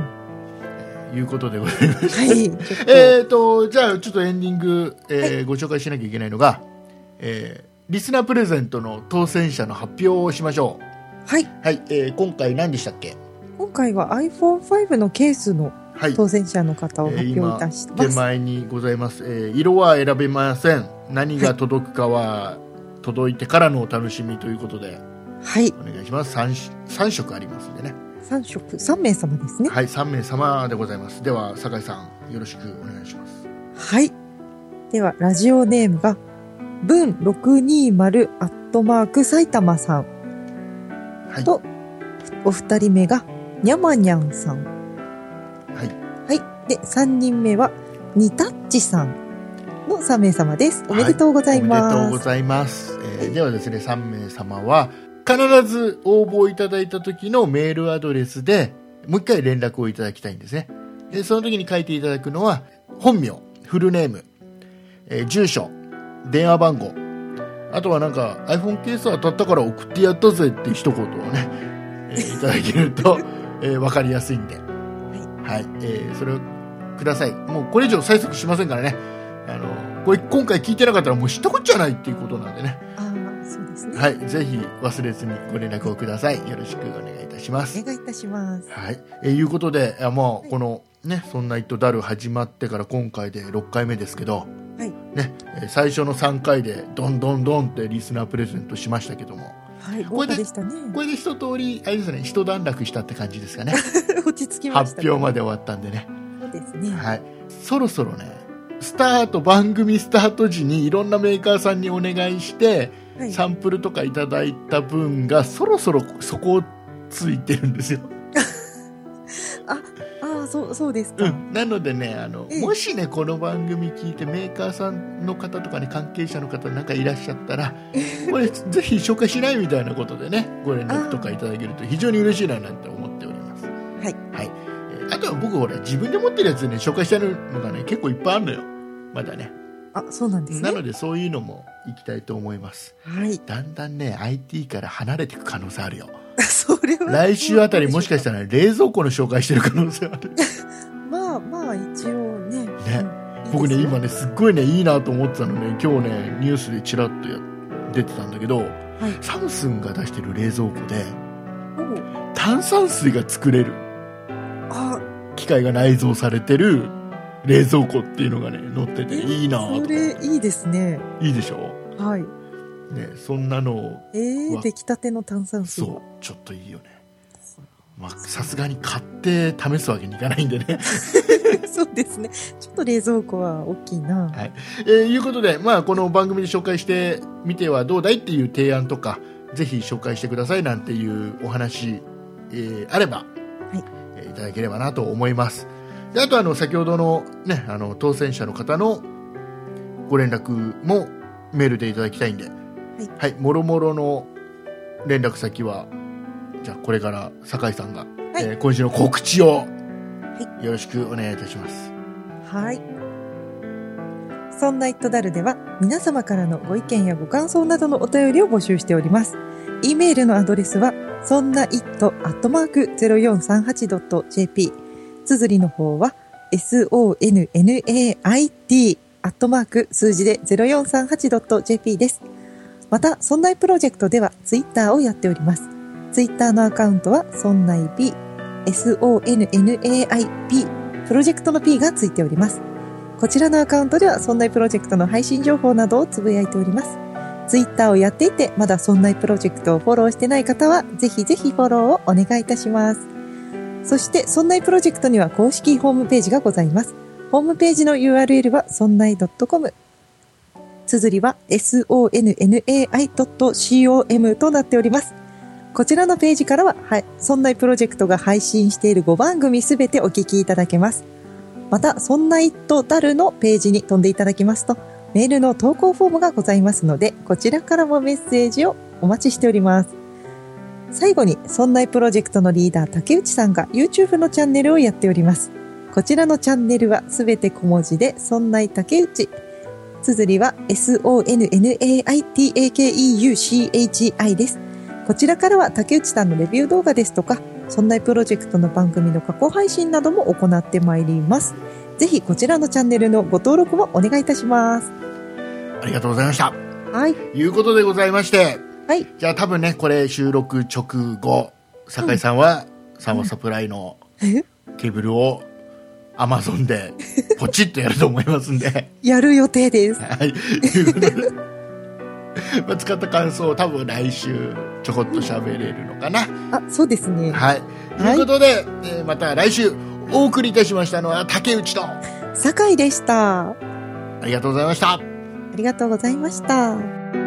[SPEAKER 3] は
[SPEAKER 2] いうことでございます
[SPEAKER 3] い。ちょっと
[SPEAKER 2] えーとじゃあちょっとエンディング、えーご紹介しなきゃいけないのが、えーリスナープレゼントの当選者の発表をしましょ
[SPEAKER 3] はい。
[SPEAKER 2] うはい、えー今回何でしたっけ
[SPEAKER 3] 今回は iPhone5 のケースの
[SPEAKER 2] はい
[SPEAKER 3] 当選者の方を
[SPEAKER 2] え
[SPEAKER 3] 発
[SPEAKER 2] ー
[SPEAKER 3] 表い
[SPEAKER 2] 今
[SPEAKER 3] たしま
[SPEAKER 2] 出
[SPEAKER 3] す。
[SPEAKER 2] 前にございます、えー色は選べません何が届くかは届いてからのお楽しみということで
[SPEAKER 3] はい。
[SPEAKER 2] お願いします 3, 3色ありますんでね
[SPEAKER 3] 3色、3名様ですね。
[SPEAKER 2] はい、三名様でございます。では、酒井さん、よろしくお願いします。
[SPEAKER 3] はい。では、ラジオネームが、文620アットマーク埼玉さん。
[SPEAKER 2] はい。
[SPEAKER 3] とお二人目が、にゃまにゃんさん。
[SPEAKER 2] はい。
[SPEAKER 3] はい。で、3人目は、にたっちさんの3名様です。おめでとうございます。
[SPEAKER 2] おめでとうございます。えーではですね、三名様は、必ず応募いただいた時のメールアドレスで、もう一回連絡をいただきたいんですね。で、その時に書いていただくのは、本名、フルネーム、えー住所、電話番号、あとはなんか iPhone ケース当たったから送ってやったぜって一言をね、えー いただけると、えーわかりやすいんで。はい、えーそれをください。もうこれ以上催促しませんからね。あの、これ今回聞いてなかったらもう知ったこっちゃないっていうことなんでね。
[SPEAKER 3] ああ、そうですね。
[SPEAKER 2] はい、ぜひ忘れずにご連絡をください。よろしくお願いいたしま
[SPEAKER 3] お
[SPEAKER 2] す。
[SPEAKER 3] 願いいたします。
[SPEAKER 2] はい、えーいうことで、あもうこのね、そんな糸だる始まってから今回で6回目ですけど、
[SPEAKER 3] はい。
[SPEAKER 2] ね、えー最初の3回でどんどんどんってリスナープレゼントしましたけども、
[SPEAKER 3] はい。
[SPEAKER 2] こ
[SPEAKER 3] 豪
[SPEAKER 2] れで
[SPEAKER 3] 華でしたね。
[SPEAKER 2] これで一通り、あれですね、一段落したって感じですかね。
[SPEAKER 3] 落ち着きまし
[SPEAKER 2] 発
[SPEAKER 3] た、
[SPEAKER 2] 表まで終わったんでね。
[SPEAKER 3] そうですね。
[SPEAKER 2] はい、そろそろねスタート番組スタート時にいろんなメーカーさんにお願いして
[SPEAKER 3] はい。
[SPEAKER 2] サンプルとかいただいた分がそろそろそこをついてるんですよ、
[SPEAKER 3] ああ、そう、そうですか。
[SPEAKER 2] うん、なのでねあの、
[SPEAKER 3] うん、
[SPEAKER 2] もしねこの番組聞いてメーカーさんの方とかね関係者の方なんかいらっしゃったらこれぜひ紹介しないみたいなことでねご連絡とかいただけると非常に嬉しいななんて思っておりますはいはいえーあとは僕ほら自分で持ってるやつね紹介してるのがね結構いっぱいあるのよまだね
[SPEAKER 3] あ、そうなんですね。
[SPEAKER 2] なのでそういうのもいきたいと思います
[SPEAKER 3] はい。
[SPEAKER 2] だんだんね IT から離れていく可能性あるよ
[SPEAKER 3] それは。
[SPEAKER 2] 来週あたりもしかしたら冷蔵庫の紹介してる可能性ある
[SPEAKER 3] まあまあ、一応ね。
[SPEAKER 2] ね
[SPEAKER 3] うん
[SPEAKER 2] 僕ね
[SPEAKER 3] いいですよ
[SPEAKER 2] 今ねすっごいねいいなと思ってたのね今日ねニュースでちらっとや出てたんだけど、サムスンが出してる冷蔵庫で
[SPEAKER 3] お
[SPEAKER 2] 炭酸水が作れる
[SPEAKER 3] あ、
[SPEAKER 2] 機械が内蔵されてる冷蔵庫っていうのがね載ってていいな
[SPEAKER 3] そ
[SPEAKER 2] と
[SPEAKER 3] れいいですね。
[SPEAKER 2] いいでしょ
[SPEAKER 3] はい。
[SPEAKER 2] ねそんなのを
[SPEAKER 3] え
[SPEAKER 2] う
[SPEAKER 3] ー、
[SPEAKER 2] わ
[SPEAKER 3] 出来たての炭酸水。
[SPEAKER 2] そうちょっといいよねまあさすがに買って試すわけにいかないんでね
[SPEAKER 3] そうですね。ちょっと冷蔵庫は大きいな。
[SPEAKER 2] はいえーいうことでまあこの番組で紹介してみてはどうだいっていう提案とかぜひ紹介してくださいなんていうお話、えーあれば、
[SPEAKER 3] い
[SPEAKER 2] えーいただければなと思いますであとあの先ほどのねあの当選者の方のご連絡もメールでいただきたいんではい、もろもろの連絡先はじゃあこれから酒井さんが、
[SPEAKER 3] い
[SPEAKER 2] えー今週の告知を
[SPEAKER 3] は
[SPEAKER 2] よろしくお願いいたします、
[SPEAKER 3] はい。そんな「イットダル」では皆様からのご意見やご感想などのお便りを募集しております。e メールのアドレスはそんな it.0438.jp 綴りの方は sonnait アットマーク数字で 0438.jp です。また、そんないプロジェクトではツイッターをやっております。ツイッターのアカウントはそんない p sonnaip プロジェクトの P がついております。こちらのアカウントでは、そんないプロジェクトの配信情報などをつぶやいております。ツイッターをやっていて、まだそんないプロジェクトをフォローしてない方は、ぜひぜひフォローをお願いいたします。そして、そんないプロジェクトには公式ホームページがございます。ホームページの URL は、そんない .com。綴りは、sonnai.com となっております。こちらのページからは、はい、そんないプロジェクトが配信している5番組すべてお聞きいただけます。また、そんなイットダルのページに飛んでいただきますと、メールの投稿フォームがございますので、こちらからもメッセージをお待ちしております。最後に、そんないプロジェクトのリーダー、竹内さんが YouTube のチャンネルをやっております。こちらのチャンネルはすべて小文字で、そんない竹内。綴りは sonnaitakeuchi です。こちらからは竹内さんのレビュー動画ですとか、そんなプロジェクトの番組の過去配信なども行ってまいります。ぜひこちらのチャンネルのご登録もお願いいたします。
[SPEAKER 2] ありがとうございました
[SPEAKER 3] はい。
[SPEAKER 2] いうことでございまして
[SPEAKER 3] はい。
[SPEAKER 2] じゃあ多分ねこれ収録直後酒井さんは、サマーサプライの
[SPEAKER 3] え
[SPEAKER 2] ケーブルをアマゾンでポチッとやると思いますんで
[SPEAKER 3] やる予定です。
[SPEAKER 2] はいいうことでまあ使った感想を多分来週ちょこっと喋れるのかな
[SPEAKER 3] あ、そうですね。
[SPEAKER 2] はい。ということで、えーまた来週お送りいたしましたのは竹内とあ
[SPEAKER 3] 酒井でした。あ
[SPEAKER 2] りがとうございました。
[SPEAKER 3] りがとうございました。